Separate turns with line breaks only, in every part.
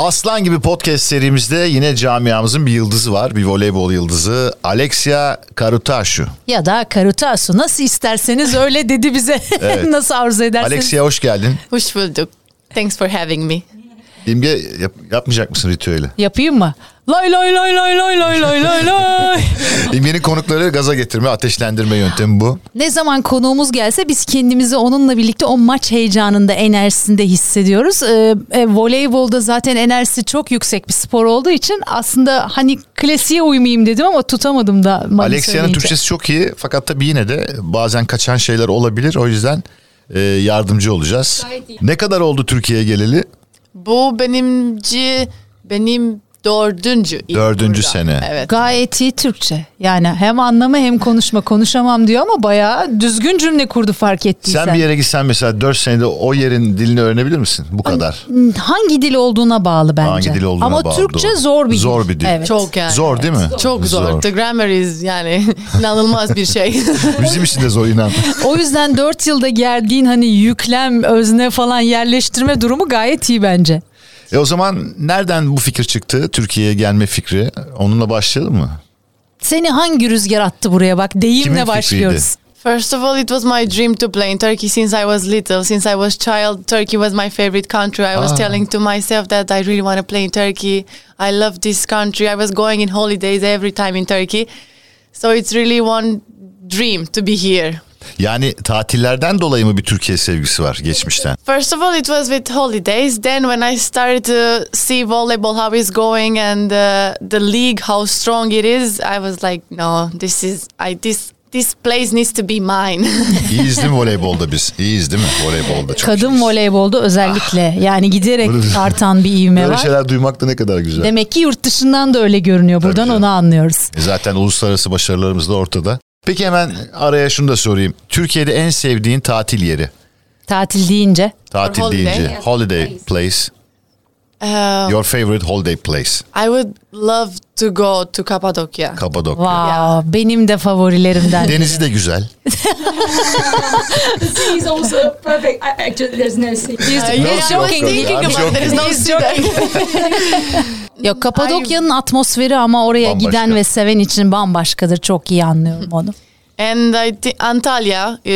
Aslan gibi podcast serimizde yine camiamızın bir yıldızı var. Bir voleybol yıldızı. Alexia Karutaşu.
Ya da Karutasu nasıl isterseniz öyle dedi bize. nasıl arzu ederseniz.
Alexia hoş geldin.
Hoş bulduk. Thanks for having me.
İmge yap- yapmayacak mısın ritüeli?
Yapayım mı? Lay lay lay lay lay lay lay lay lay.
İmge'nin konukları gaza getirme, ateşlendirme yöntemi bu.
ne zaman konuğumuz gelse biz kendimizi onunla birlikte o maç heyecanında enerjisinde hissediyoruz. Ee, e, voleybolda zaten enerjisi çok yüksek bir spor olduğu için aslında hani klasiğe uymayayım dedim ama tutamadım da. Mani
Alexia'nın
söyleyince.
Türkçesi çok iyi fakat tabii yine de bazen kaçan şeyler olabilir. O yüzden e, yardımcı olacağız. Ne kadar oldu Türkiye'ye geleli?
Bu benimci benim dördüncü. ilk
Dördüncü
program.
sene.
Evet.
Gayet iyi Türkçe. Yani hem anlamı hem konuşma konuşamam diyor ama bayağı düzgün cümle kurdu fark ettiysen.
Sen bir yere gitsen mesela 4 senede o yerin dilini öğrenebilir misin? Bu kadar.
Hangi dil olduğuna bağlı bence.
Hangi dil olduğuna
ama
bağlı,
Türkçe
doğru.
zor bir dil.
Zor bir dil.
Evet.
Çok yani.
Zor değil mi?
Çok zor. The grammar is yani inanılmaz bir şey.
Bizim için de zor inan.
O yüzden 4 yılda geldiğin hani yüklem, özne falan yerleştirme durumu gayet iyi bence.
E o zaman nereden bu fikir çıktı? Türkiye'ye gelme fikri. Onunla başlayalım mı?
Seni hangi rüzgar attı buraya bak
Kimin
deyimle
fikriydi?
başlıyoruz.
First of all, it was my dream to play in Turkey since I was little. Since I was child, Turkey was my favorite country. I was
Ah.
telling to myself that I really want to play in Turkey. I love this country. I was going in holidays every time in Turkey. So it's really one dream to be here.
Yani tatillerden dolayı mı bir Türkiye sevgisi var geçmişten?
First of all, it was with holidays. Then, when I started to see volleyball, how it's going, and uh, the league, how strong it is, I was like, no, this is I this this place needs to be mine.
İyiyiz değil mi voleybolda biz? İyiyiz değil mi voleybolda? Çok
Kadın
iyiyiz.
voleybolda özellikle yani giderek
Ah. Böyle- şey.
artan bir ivme
Böyle
var.
şeyler duymak da ne kadar güzel.
Demek ki yurt dışından da öyle görünüyor. Buradan
canım.
onu anlıyoruz.
E Zaten uluslararası başarılarımız da ortada. Peki hemen araya şunu da sorayım. Türkiye'de en sevdiğin tatil yeri?
Tatil deyince
Tatil
Or holiday.
deyince. Holiday place.
um,
Your favorite holiday place.
I would love to go to Cappadocia.
Kapadokya.
Wow, benim de favorilerimden.
Denizi de güzel.
He's also perfect. I, actually, there's no sea.
Uh,
No
yeah, I was
joking.
thinking
I'm
about
joking.
there is no sea there.
Yok Kapadokya'nın atmosferi ama oraya
Bambaşka.
giden ve seven için bambaşkadır. Çok iyi anlıyorum onu.
And I thi- Antalya. uh,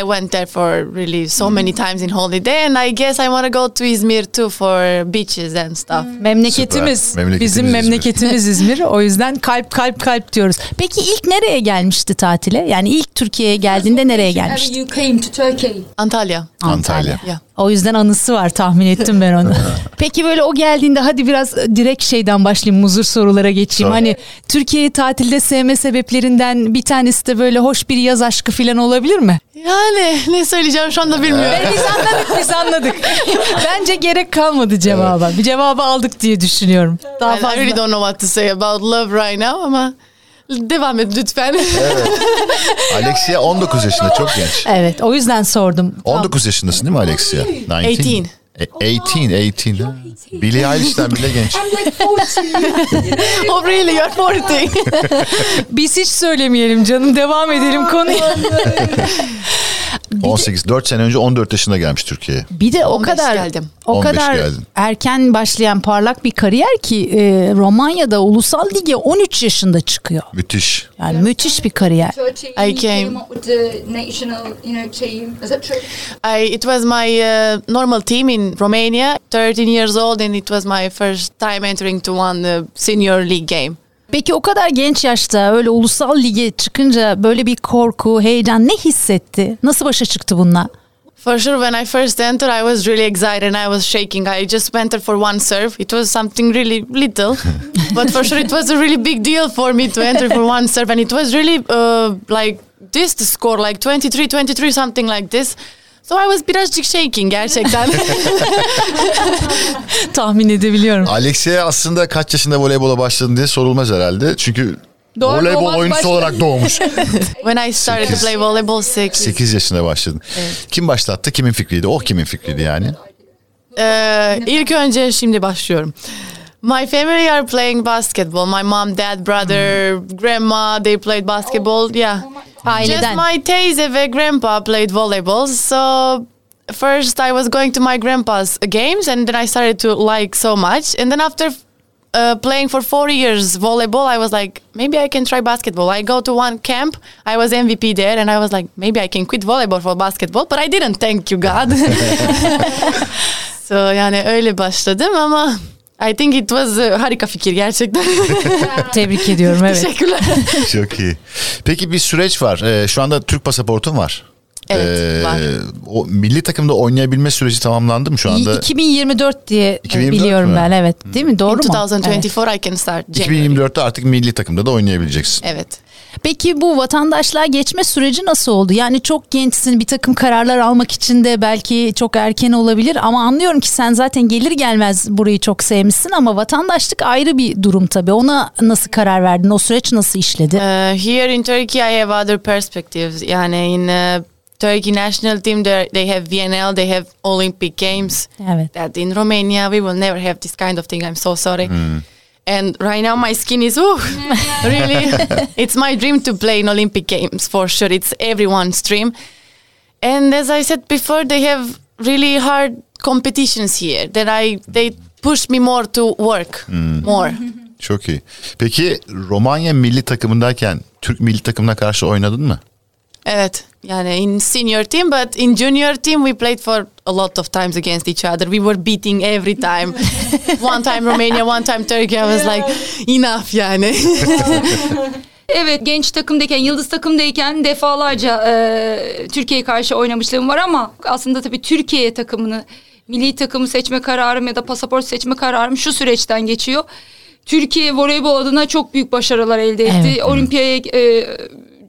I went there for really so many times in holiday, and I guess I want to go to Izmir too for beaches and stuff.
Mm.
Memleketimiz,
Süper. Memleketimiz
bizim
İzmir.
memleketimiz İzmir. O yüzden kalp kalp kalp diyoruz. Peki ilk nereye gelmişti tatile? Yani ilk Türkiye'ye geldiğinde nereye
Ever
uh,
gelmişti?
you came to Turkey?
Antalya.
Antalya.
Ya.
O yüzden anısı var tahmin ettim ben onu. Peki böyle o geldiğinde hadi biraz e, direkt şeyden başlayayım muzur sorulara geçeyim.
Tabii.
Hani Türkiye'yi tatilde sevme sebeplerinden bir tanesi de böyle hoş bir yaz aşkı falan olabilir mi?
Yani ne söyleyeceğim şu anda bilmiyorum.
Biz anladık biz anladık. Bence gerek kalmadı cevaba. Bir cevabı aldık diye düşünüyorum. Daha
I, I really
fazla.
don't know what to say about love right now ama devam et lütfen.
Alexia 19 yaşında çok genç.
Evet o yüzden sordum.
19 yaşındasın değil mi Alexia? 19.
18.
E, 18, 18. ha? Billie Eilish'ten bile genç.
I'm like 40.
oh really you're 40.
Biz hiç söylemeyelim canım devam edelim konuya.
18, 4 sene önce 14 yaşında gelmiş Türkiye'ye.
Bir de o
15
kadar
geldim.
o
15
kadar
geldin.
erken başlayan parlak bir kariyer ki e, Romanya'da ulusal lige 13 yaşında çıkıyor.
Müthiş.
Yani müthiş bir kariyer.
Turkey
I
came
came.
up with the national, you know, team. Is that true?
I, it was my uh, normal team in Romania, 13 years old and it was my first time entering to one uh, senior league game.
Peki o kadar genç yaşta öyle ulusal lige çıkınca böyle bir korku, heyecan ne hissetti? Nasıl başa çıktı bununla?
For sure, when I first entered, I was really excited and I was shaking. I just went there for one serve. It was something really little, but for sure, it was a really big deal for me to enter for one serve. And it was really uh, like this to score, like 23 23, something like this. So I was birazcık shaking gerçekten.
Tahmin edebiliyorum.
Alexia aslında kaç yaşında voleybola başladın diye sorulmaz herhalde. Çünkü
Doğar
voleybol
doğmaz
oyuncusu
başladı.
olarak doğmuş.
when I started to play volleyball six,
8 yaşında başladın. Kim başlattı? Kimin fikriydi? O kimin fikriydi yani?
Ee, ilk önce şimdi başlıyorum. My family are playing basketball. My mom, dad, brother, grandma, they played basketball. Yeah.
Aileden.
Just my teyze ve grandpa played volleyball. So first I was going to my grandpa's games, and then I started to like so much. And then after uh, playing for four years volleyball, I was like, maybe I can try basketball. I go to one camp, I was MVP there, and I was like, maybe I can quit volleyball for basketball. But I didn't. Thank you God. so yani öyle başladım ama I think it was uh, harika fikir gerçekten.
Tebrik ediyorum evet.
Teşekkürler.
Çok iyi. Peki bir süreç var. Ee, şu anda Türk pasaportun var.
Evet,
Ee,
var.
O milli takımda oynayabilme süreci tamamlandı mı şu anda?
İ- 2024 diye e,
2024
biliyorum
mü? Hmm.
ben evet. Değil mi? Doğru mu? Evet.
2024 I can start. January.
2024'te artık milli takımda da oynayabileceksin.
Evet.
Peki bu vatandaşlığa geçme süreci nasıl oldu? Yani çok gençsin bir takım kararlar almak için de belki çok erken olabilir ama anlıyorum ki sen zaten gelir gelmez burayı çok sevmişsin ama vatandaşlık ayrı bir durum tabii. Ona nasıl karar verdin? O süreç nasıl işledi?
Uh, here in Turkey, I have other perspectives. Yani in uh, Turkey national team, there- they have VNL, they have Olympic games.
Evet.
That in Romania, we will never have this kind of thing. I'm so sorry. And right now, my skin is ooh, really. it's my dream to play in Olympic games for sure. It's everyone's dream. And as I said before, they have really hard competitions here. That I they push me more to work more.
Çok iyi. Peki Romanya milli takımındayken Türk milli takımına karşı oynadın mı?
Evet. Yani in senior team but in junior team we played for a lot of times against each other. We were beating every time. one time Romania, one time Turkey. I was like enough yani.
Evet genç takımdayken, yıldız takımdayken defalarca e, Türkiye'ye karşı oynamışlığım var ama aslında tabii Türkiye takımını, milli takımı seçme kararım ya da pasaport seçme kararım şu süreçten geçiyor. Türkiye voleybol adına çok büyük başarılar elde etti.
Evet.
Olimpiyaya e,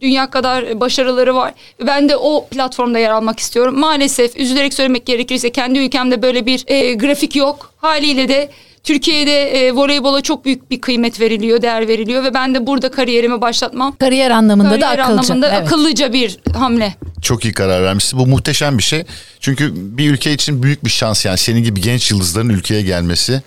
dünya kadar başarıları var. Ben de o platformda yer almak istiyorum. Maalesef üzülerek söylemek gerekirse kendi ülkemde böyle bir e, grafik yok. Haliyle de Türkiye'de e, voleybola çok büyük bir kıymet veriliyor, değer veriliyor ve ben de burada kariyerimi başlatmam.
Kariyer anlamında da
Kariyer
akılcı.
anlamında
Evet.
akıllıca bir hamle.
Çok iyi karar vermişsin. Bu muhteşem bir şey. Çünkü bir ülke için büyük bir şans yani senin gibi genç yıldızların ülkeye gelmesi.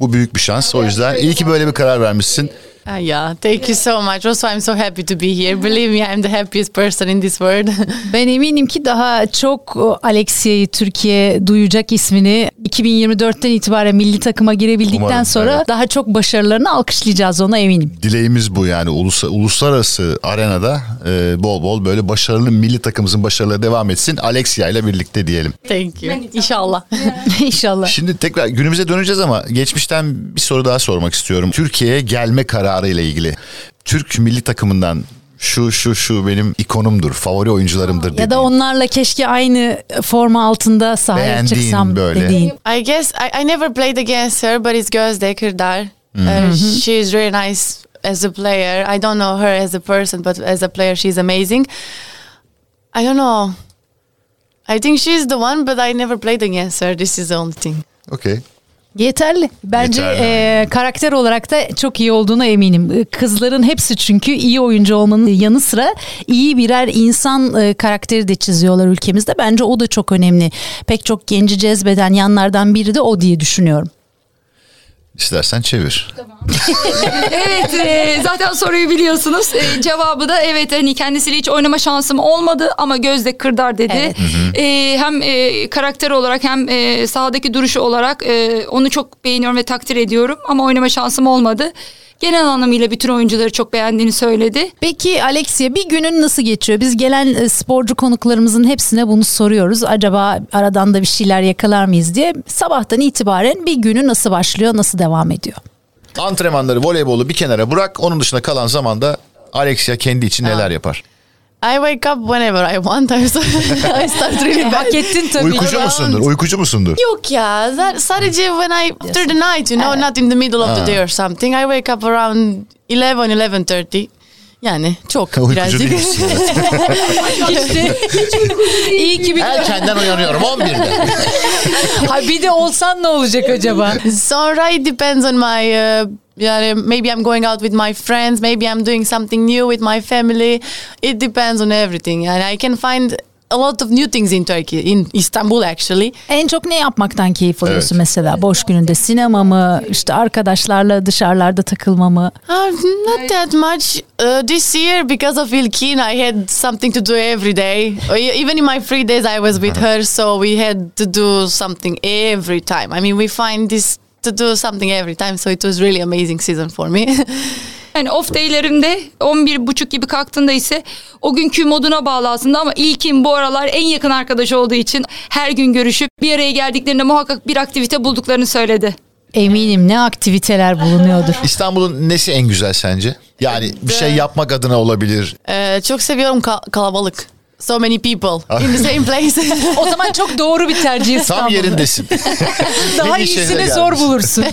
Bu büyük bir şans. O yüzden iyi ki böyle bir karar vermişsin.
Ah, yeah, thank you so much. Also I'm so happy to be here. Believe me, I'm the happiest person in this world.
Ben eminim ki daha çok o Alexia'yı Türkiye duyacak ismini 2024'ten itibaren milli takıma girebildikten
Umarım,
sonra
evet.
daha çok başarılarını alkışlayacağız ona eminim.
Dileğimiz bu yani Ulusa- uluslararası arenada e, bol bol böyle başarılı milli takımımızın başarıları devam etsin. Alexia ile birlikte diyelim.
thank you. İnşallah.
İnşallah.
Şimdi tekrar günümüze döneceğiz ama geçmişten bir soru daha sormak istiyorum. Türkiye'ye gelme kararı ile ilgili. Türk milli takımından şu şu şu benim ikonumdur, favori oyuncularımdır
Ya
dediğin.
da onlarla keşke aynı forma altında sahaya
Beğendiğin
çıksam
böyle.
dediğin.
I guess I, I never played against her, but it's Gözde Kırdar. Uh, she is really nice as a player. I don't know her as a person, but as a player, she's amazing. I don't know. I think she's the one, but I never played against her. This is the only thing.
Okey.
Yeterli. Bence
Yeterli.
e, karakter olarak da çok iyi olduğuna eminim. E, Kızların hepsi çünkü iyi oyuncu olmanın yanı sıra iyi birer insan e, karakteri de çiziyorlar ülkemizde. Bence o da çok önemli. Pek çok genci cezbeden yanlardan biri de o diye düşünüyorum.
İstersen çevir.
evet e, zaten soruyu biliyorsunuz. E, cevabı da evet hani kendisiyle hiç oynama şansım olmadı ama Gözde Kırdar dedi.
Evet.
E, hem e, karakter olarak hem e, sahadaki duruşu olarak e, onu çok beğeniyorum ve takdir ediyorum ama oynama şansım olmadı. Genel anlamıyla bütün oyuncuları çok beğendiğini söyledi.
Peki Alexia bir günün nasıl geçiyor? Biz gelen e, sporcu konuklarımızın hepsine bunu soruyoruz. Acaba aradan da bir şeyler yakalar mıyız diye. Sabahtan itibaren bir günü nasıl başlıyor, nasıl devam ediyor?
Antrenmanları, voleybolu bir kenara bırak. Onun dışında kalan zamanda Alexia kendi için neler yapar?
I wake up whenever I want. I start, I start really bad.
ettin
Uykucu musundur? Uykucu musundur?
Yok ya. za- Sadece when I after the night, you know, not in the middle of the day or something. I wake up around 11, 11.30. Yani çok
Uykucu
birazcık.
değilsin.
İyi ki bir
Erkenden uyanıyorum 11'de.
ha, bir de olsan ne olacak acaba?
Sonra it depends on my uh, yeah, maybe I'm going out with my friends, maybe I'm doing something new with my family. It depends on everything. And I can find a lot of new things in Turkey, in Istanbul actually.
En çok ne yapmaktan keyif alıyorsun
Evet.
mesela boş gününde? Sinema mı? işte arkadaşlarla dışarılarda takılma mı?
Uh, not that much. Uh, this year, because of Ilkin, I had something to do every day. Or e- Even in my free days, I was with her, so we had to do something every time. I mean, we find this to do something every time, so it was really amazing season for me.
Yani off day'lerimde 11 buçuk gibi kalktığında ise o günkü moduna bağlı aslında ama ilkin bu aralar en yakın arkadaş olduğu için her gün görüşüp bir araya geldiklerinde muhakkak bir aktivite bulduklarını söyledi.
Eminim ne aktiviteler bulunuyordur.
İstanbul'un nesi en güzel sence? Yani bir şey yapmak adına olabilir.
Ee, Eh, çok seviyorum ka- kalabalık. So many people in the same place.
o zaman çok doğru bir tercih
Tam yerindesin.
Daha
En iyi şeyine
iyisini zor
gelmiş.
bulursun.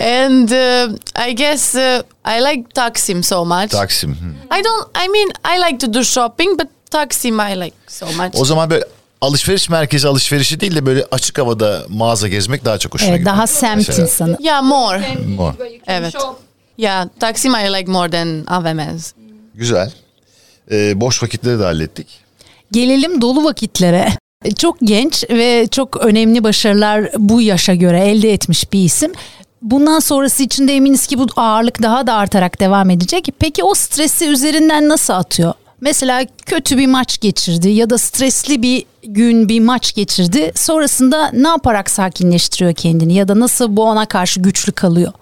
and uh, I guess uh, I like Taksim so much.
Taksim. Hı.
I don't. I mean, I like to do shopping, but Taksim I like so much.
O zaman böyle alışveriş merkezi alışverişi değil de böyle açık havada mağaza gezmek daha çok hoşuna
Evet,
gidiyor.
daha semt
Mesela.
insanı.
Yeah, more.
More.
Evet. Yeah, Taksim I like more than AVMs.
Güzel. Ee, boş vakitleri de hallettik.
Gelelim dolu vakitlere. Çok genç ve çok önemli başarılar bu yaşa göre elde etmiş bir isim. Bundan sonrası için de eminiz ki bu ağırlık daha da artarak devam edecek. Peki o stresi üzerinden nasıl atıyor? Mesela kötü bir maç geçirdi ya da stresli bir gün bir maç geçirdi. Sonrasında ne yaparak sakinleştiriyor kendini ya da nasıl bu ona karşı güçlü kalıyor?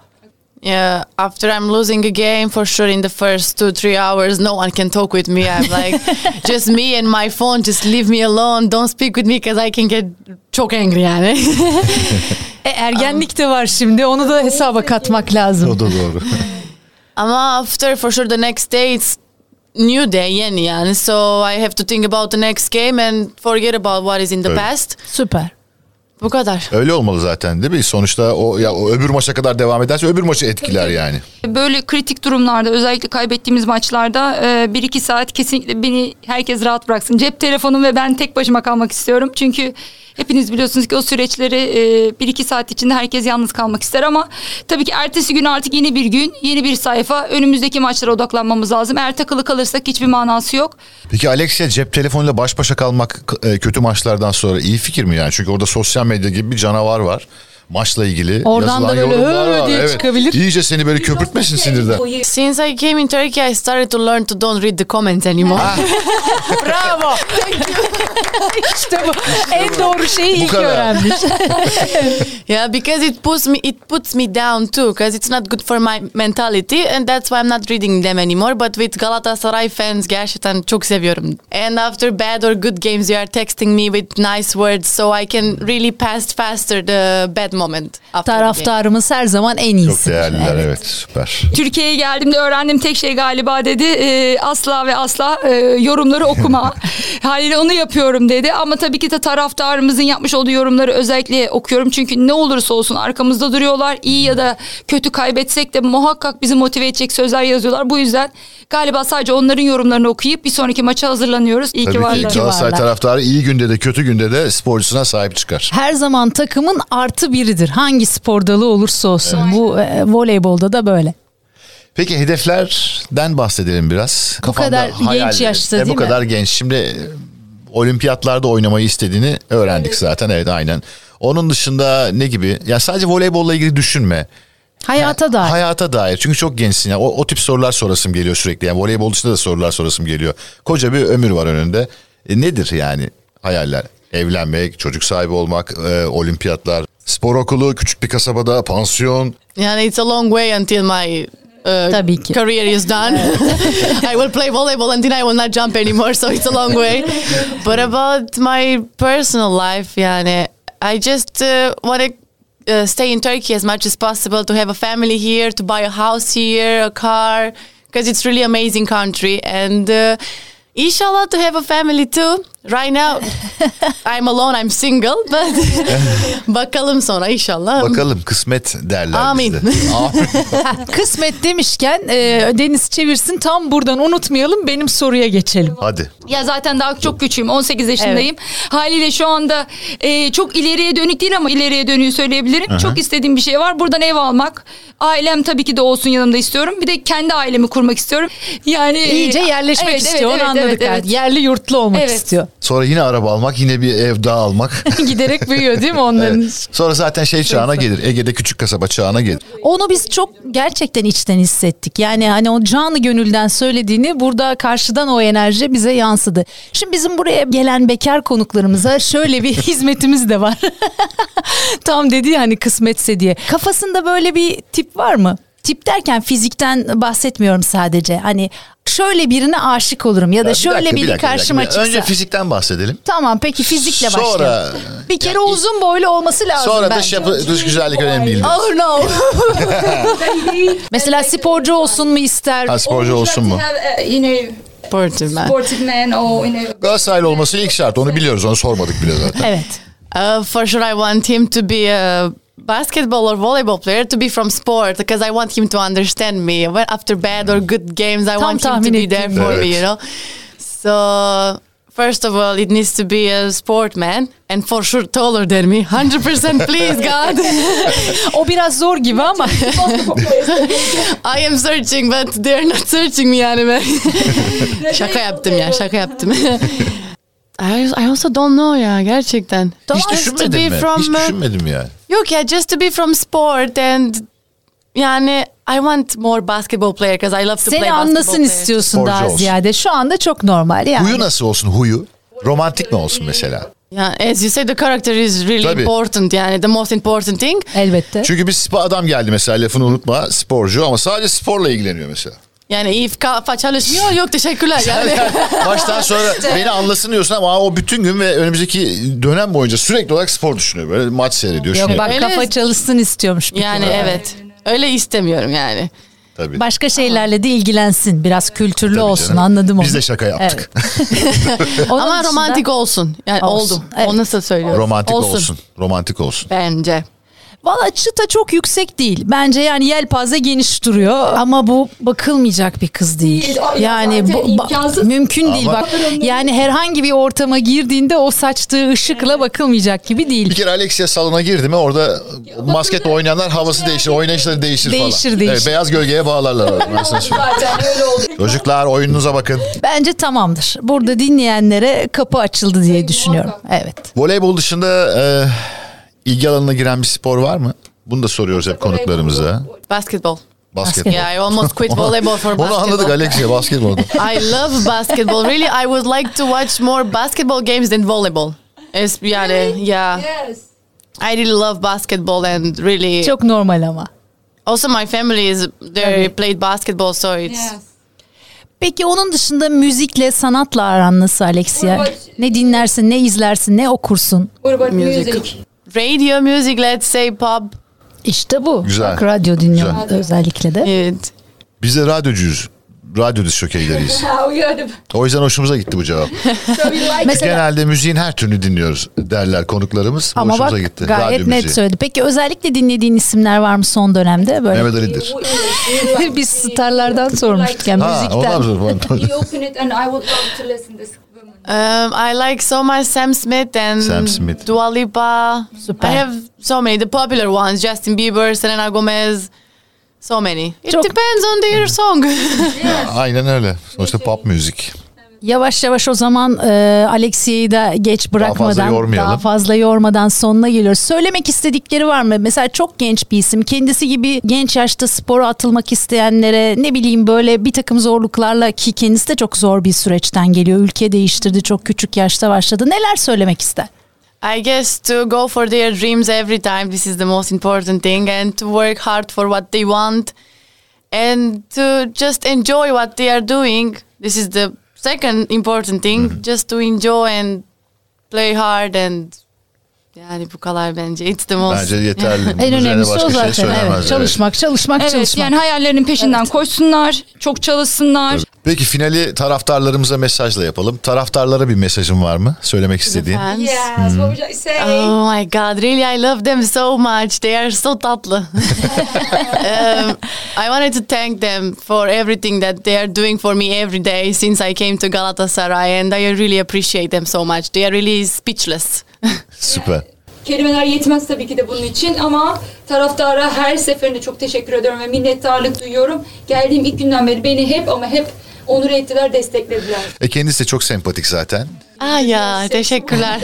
Yeah, after I'm losing a game, for sure in the first two three hours, no one can talk with me. I'm like, just me and my phone. Just leave me alone. Don't speak with me because I can get çok angry yani.
E, ergenlik de var şimdi onu da hesaba katmak lazım.
O da doğru.
Ama after for sure the next day it's new day yeni yani. So I have to think about the next game and forget about what is in the
Öyle.
past.
Süper.
Bu kadar.
Öyle olmalı zaten değil mi? Sonuçta o, ya, o öbür maça kadar devam ederse öbür maçı etkiler yani.
Böyle kritik durumlarda özellikle kaybettiğimiz maçlarda e, 1-2 saat kesinlikle beni herkes rahat bıraksın. Cep telefonum ve ben tek başıma kalmak istiyorum. Çünkü hepiniz biliyorsunuz ki o süreçleri e, 1-2 saat içinde herkes yalnız kalmak ister ama tabii ki ertesi gün artık yeni bir gün, yeni bir sayfa. Önümüzdeki maçlara odaklanmamız lazım. Eğer takılı kalırsak hiçbir manası yok.
Peki Alexia cep telefonuyla baş başa kalmak e, kötü maçlardan sonra iyi fikir mi yani? Çünkü orada sosyal medya gibi bir canavar var. Maçla ilgili
Oradan da
yazılan
böyle
yorumlar
"Hı"
var.
diye çıkabilir.
İyice seni böyle köpürtmesin sinirden.
Since I came in Turkey, I started to learn to don't read the comments anymore.
Bravo. işte bu. En doğru şeyi
Bu
ilk
kadar.
öğrenmiş.
yeah, because it puts me it puts me down too, because it's not good for my mentality, and that's why I'm not reading them anymore. But with Galatasaray fans gerçekten çok seviyorum. And after bad or good games, they are texting me with nice words, so I can really pass faster the bad moment. After the game.
Taraftarımız her zaman en iyisi.
Çok değerliler evet. süper.
Türkiye'ye geldiğimde öğrendiğim tek şey galiba dedi. e, asla ve asla e, yorumları okuma. Haliyle onu yapıyorum dedi. Ama tabii ki de taraftarımızın yapmış olduğu yorumları özellikle okuyorum. Çünkü ne olursa olsun arkamızda duruyorlar. İyi ya da kötü kaybetsek de muhakkak bizi motive edecek sözler yazıyorlar. Bu yüzden galiba sadece onların yorumlarını okuyup bir sonraki maça hazırlanıyoruz. İyi ki
Tabii
varlar.
ki Galatasaray
varlar.
taraftarı iyi günde de kötü günde de sporcusuna sahip çıkar.
Her zaman takımın artı biridir. Hangi spor dalı olursa olsun. Bu e, voleybolda da böyle.
Peki hedeflerden bahsedelim biraz.
kadar genç
hayallerin.
yaşta
E,
değil
Bu
mi?
kadar genç. Şimdi e, olimpiyatlarda oynamayı istediğini öğrendik zaten. Evet aynen. Onun dışında ne gibi? Ya sadece voleybolla ilgili düşünme.
Hayata dair.
Hayata dair. Çünkü çok gençsin. ya. o, o tip sorular sorasım geliyor sürekli. Yani voleybol dışında da sorular sorasım geliyor. Koca bir ömür var önünde. E, nedir yani hayaller? Evlenmek, çocuk sahibi olmak, e, olimpiyatlar, spor okulu, küçük bir kasabada, pansiyon.
Yani it's a long way until my uh,
Tabii ki.
career is done. I will play volleyball until I will not jump anymore, so it's a long way. but about my personal life, yani, I just uh, want to uh, stay in Turkey as much as possible to have a family here, to buy a house here, a car, because it's really amazing country. And uh, inshallah to have a family too. Right now, I'm alone, I'm single, but bakalım sonra inşallah.
Bakalım kısmet derler
Amin.
bizde. Amin.
Kısmet demişken e, Deniz çevirsin. Tam buradan unutmayalım. Benim soruya geçelim.
Hadi.
Ya zaten daha çok küçüğüm 18 yaşındayım. Haliyle şu anda e, çok ileriye dönük değil ama ileriye dönüğü söyleyebilirim. Çok istediğim bir şey var. Buradan ev almak. Ailem tabii ki de olsun yanımda istiyorum. Bir de kendi ailemi kurmak istiyorum. Yani e,
İyice yerleşmek
evet,
istiyor.
evet,
Onu
evet,
anladık
evet,
artık. Yerli yurtlu olmak
Evet.
istiyor.
Sonra yine araba almak, yine bir ev daha almak.
Giderek büyüyor değil mi onların?
Sonra zaten şey çağına gelir. Ege'de küçük kasaba çağına gelir.
Onu biz çok gerçekten içten hissettik. Yani hani o canı gönülden söylediğini burada karşıdan o enerji bize yansıdı. Şimdi bizim buraya gelen bekar konuklarımıza şöyle bir hizmetimiz de var. Tam dedi ya hani kısmetse diye. Kafasında böyle bir tip var mı? Tip derken fizikten bahsetmiyorum sadece. Hani şöyle birine aşık olurum ya da
Bir
şöyle
dakika,
biri
bir dakika, bir
karşıma
dakika.
çıksa.
Önce fizikten bahsedelim.
Tamam peki fizikle
Sonra-
başlayalım. Bir kere
Ya,
uzun boylu olması lazım
Sonra şey
bence.
dış, yapı, dış güzellik önemli değil.
Oh no. Mesela sporcu olsun mu ister?
Ha, sporcu
Or would you
olsun
like
mu?
to have
e,
a, you know,
Sportive man.
sportive man or, you know,
Galatasaraylı olması ilk şart. Onu biliyoruz. Onu sormadık bile zaten.
Evet.
Uh, for sure, I want him to be a basketball or volleyball player, to be from sport, because I want him to understand me when, after bad or good games. I
Tam
want him
tahmin
to be there
ettiğim
for
gibi.
me, you know. So. First of all, it needs to be a sport man and for sure taller than me. 100% please, God.
O biraz zor gibi ama
I am searching but they're not searching me anime. şaka yaptım ya, şaka yaptım. I, I also don't know ya gerçekten.
Hiç
Just to be
düşünmedim mi?
from,
Hiç
uh,
düşünmedim yani.
Yok ya just to be from sport and yani I want more basketball player because I love to play
seni
basketball
anlasın
player.
istiyorsun
Sporcu
daha
olsun.
ziyade. Şu anda çok normal yani.
Huyu nasıl olsun huyu? Romantik mi olsun mesela?
Yani as you say the character is really
Tabii.
important yani the most important thing.
Elbette.
Çünkü bir spa adam geldi mesela lafını unutma sporcu ama sadece sporla ilgileniyor mesela.
Yani if kafa çalışmıyor yok teşekkürler yani.
Baştan sonra beni anlasın diyorsun ama o bütün gün ve önümüzdeki dönem boyunca sürekli olarak spor düşünüyor. Böyle maç seyrediyor. şunu
Yok bak
yapıyor.
Öyle-
kafa çalışsın istiyormuş. bir
yani
kere.
evet. Öyle istemiyorum yani.
Tabii.
Başka şeylerle de ilgilensin. Biraz kültürlü
Tabii
olsun
canım.
anladım onu.
Biz de şaka yaptık.
Evet. Onun
Ama
dışında-
romantik olsun. Yani
Olsun,
oldum.
evet.
Onu nasıl söylüyorum?
Romantik olsun. Romantik olsun.
Bence.
Valla çıta çok yüksek değil. Bence yani yelpaze geniş duruyor. Ama bu bakılmayacak bir kız değil.
Ay,
Yani
zaten
bu, ba-
imkansız.
mümkün değil
Ama-
bak. Yani herhangi bir ortama girdiğinde o saçtığı ışıkla bakılmayacak gibi
Bir
değil.
kere Alexia salona girdi mi orada basketle oynayanlar havası değişir, oynayışları değişir,
şey Değişir,
falan.
değişir.
Evet, beyaz gölgeye bağlarlar. orada, ben sana söyleyeyim.
zaten öyle oldu.
Çocuklar oyununuza bakın.
Bence tamamdır. Burada dinleyenlere kapı açıldı diye düşünüyorum. Evet.
Voleybol dışında e, ilgi alanına giren bir spor var mı? Bunu da soruyoruz hep konuklarımıza.
Basketball.
Basketbol.
Yeah, I almost quit volleyball for
Onu
basketball.
anladık Alexia basketbol.
I love basketball. Really, I would like to watch more basketball games than volleyball. It's, yani, yeah.
Yes.
I really love basketball and really.
Çok normal ama.
Also, my family is they played basketball, so it's
Yes.
Peki onun dışında müzikle, sanatla aran nasıl Alexia? Ne dinlersin, ne izlersin, ne okursun?
What about
Music.
music?
radio music. Let's say pop.
İşte bu.
Güzel.
Bak, radyo dinliyorum
Güzel.
özellikle de.
Evet.
Biz de radyocuyuz. Radyo diz şokeyleriyiz.
How good.
O yüzden hoşumuza gitti bu cevap.
So we like
Mesela
Genelde müziğin her türünü dinliyoruz derler konuklarımız. Bu
Ama
hoşumuza
bak
gitti.
gayet
Radyo
net
müziği.
söyledi. Peki özellikle dinlediğin isimler var mı son dönemde? Böyle
Mehmet Ali'dir.
it.
biz starlardan sormuştuk yani
Ha,
müzikten.
ondan sonra.
You open it and I would love to listen this woman.
Um, I like so much Sam Smith and
Sam Smith.
Dua Lipa.
Super.
I have so many the popular ones: Justin Bieber, Selena Gomez. So many. It
Çok-
depends on their song.
Aynen öyle. Sonuçta pop müzik.
Yavaş yavaş o zaman e, Alexia'yı da geç bırakmadan
fazla yormayalım.
daha fazla yormadan sonuna geliyoruz. Söylemek istedikleri var mı? Mesela çok genç bir isim. Kendisi gibi genç yaşta spora atılmak isteyenlere ne bileyim böyle bir takım zorluklarla ki kendisi de çok zor bir süreçten geliyor. Ülke değiştirdi çok küçük yaşta başladı. Neler söylemek ister?
I guess to go for their dreams every time. This is the most important thing, and to work hard for what they want, and to just enjoy what they are doing. This is the second important thing. Just to enjoy and play hard and yani bu kadar bence. It's the most.
Bence yeterli. Bunun
En
üzerine
önemlisi
başka
o
şey
zaten.
söylenemez,
Evet, çalışmak, çalışmak,
Evet
çalışmak.
yani hayallerinin peşinden koşsunlar, çok çalışsınlar.
Peki finali taraftarlarımıza mesajla yapalım. Taraftarlara bir mesajın var mı? Söylemek istediğin.
Fans.
Yes, what would I say?
Oh my god, really I love them so much. They are so tatlı. um, I wanted to thank them for everything that they are doing for me every day since I came to Galatasaray and I really appreciate them so much. They are really speechless.
Süper.
Kelimeler yetmez tabii ki de bunun için ama taraftara her seferinde çok teşekkür ediyorum ve minnettarlık duyuyorum. Geldiğim ilk günden beri beni hep ama hep onur ettiler, desteklediler.
E kendisi de çok sempatik zaten.
Ah ya teşekkürler.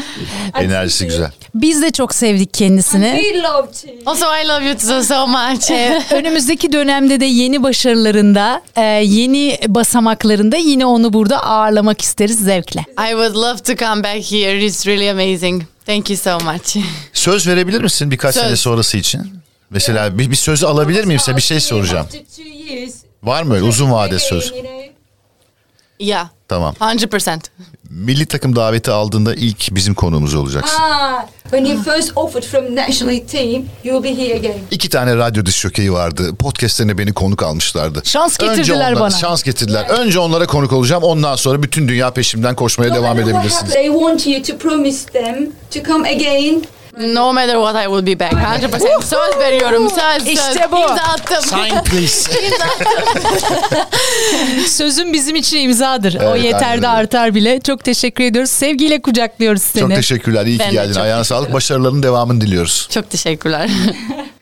Enerjisi güzel.
Biz de çok sevdik kendisini.
We loved you.
also I love you so, so much.
Önümüzdeki dönemde de yeni başarılarında, e, yeni basamaklarında yine onu burada ağırlamak isteriz zevkle.
I would love to come back here. It's really amazing. Thank you so much.
Söz verebilir misin birkaç
Söz.
sene sonrası için? Mesela bir, bir sözü alabilir miyim size? Bir şey soracağım.
After two years,
Var mı öyle uzun vade söz?
you know.
yeah.
Tamam.
100%.
Milli takım daveti aldığında ilk bizim konuğumuz olacaksın.
Ah, when you first offered from national team, you'll be here again.
İki tane radyo diz jokeyi vardı. Podcastlerine beni konuk almışlardı.
Şans
Önce
getirdiler
onlara-
bana.
Şans getirdiler. Önce onlara konuk olacağım. Ondan sonra bütün dünya peşimden koşmaya
No
devam
matter what
edebilirsiniz.
happens, They want you to promise them to come again.
No matter what I will be back. 100%. söz veriyorum. Söz söz.
İşte bu.
İmza attım.
please.
Sözün bizim için imzadır. o
Evet, aynen
yeter
öyle.
de artar bile. Çok teşekkür ediyoruz. Sevgiyle kucaklıyoruz seni.
Çok teşekkürler. İyi ki
Ben de
geldin.
çok
Ayağına sağlık. Başarılarının devamını diliyoruz.
Çok teşekkürler.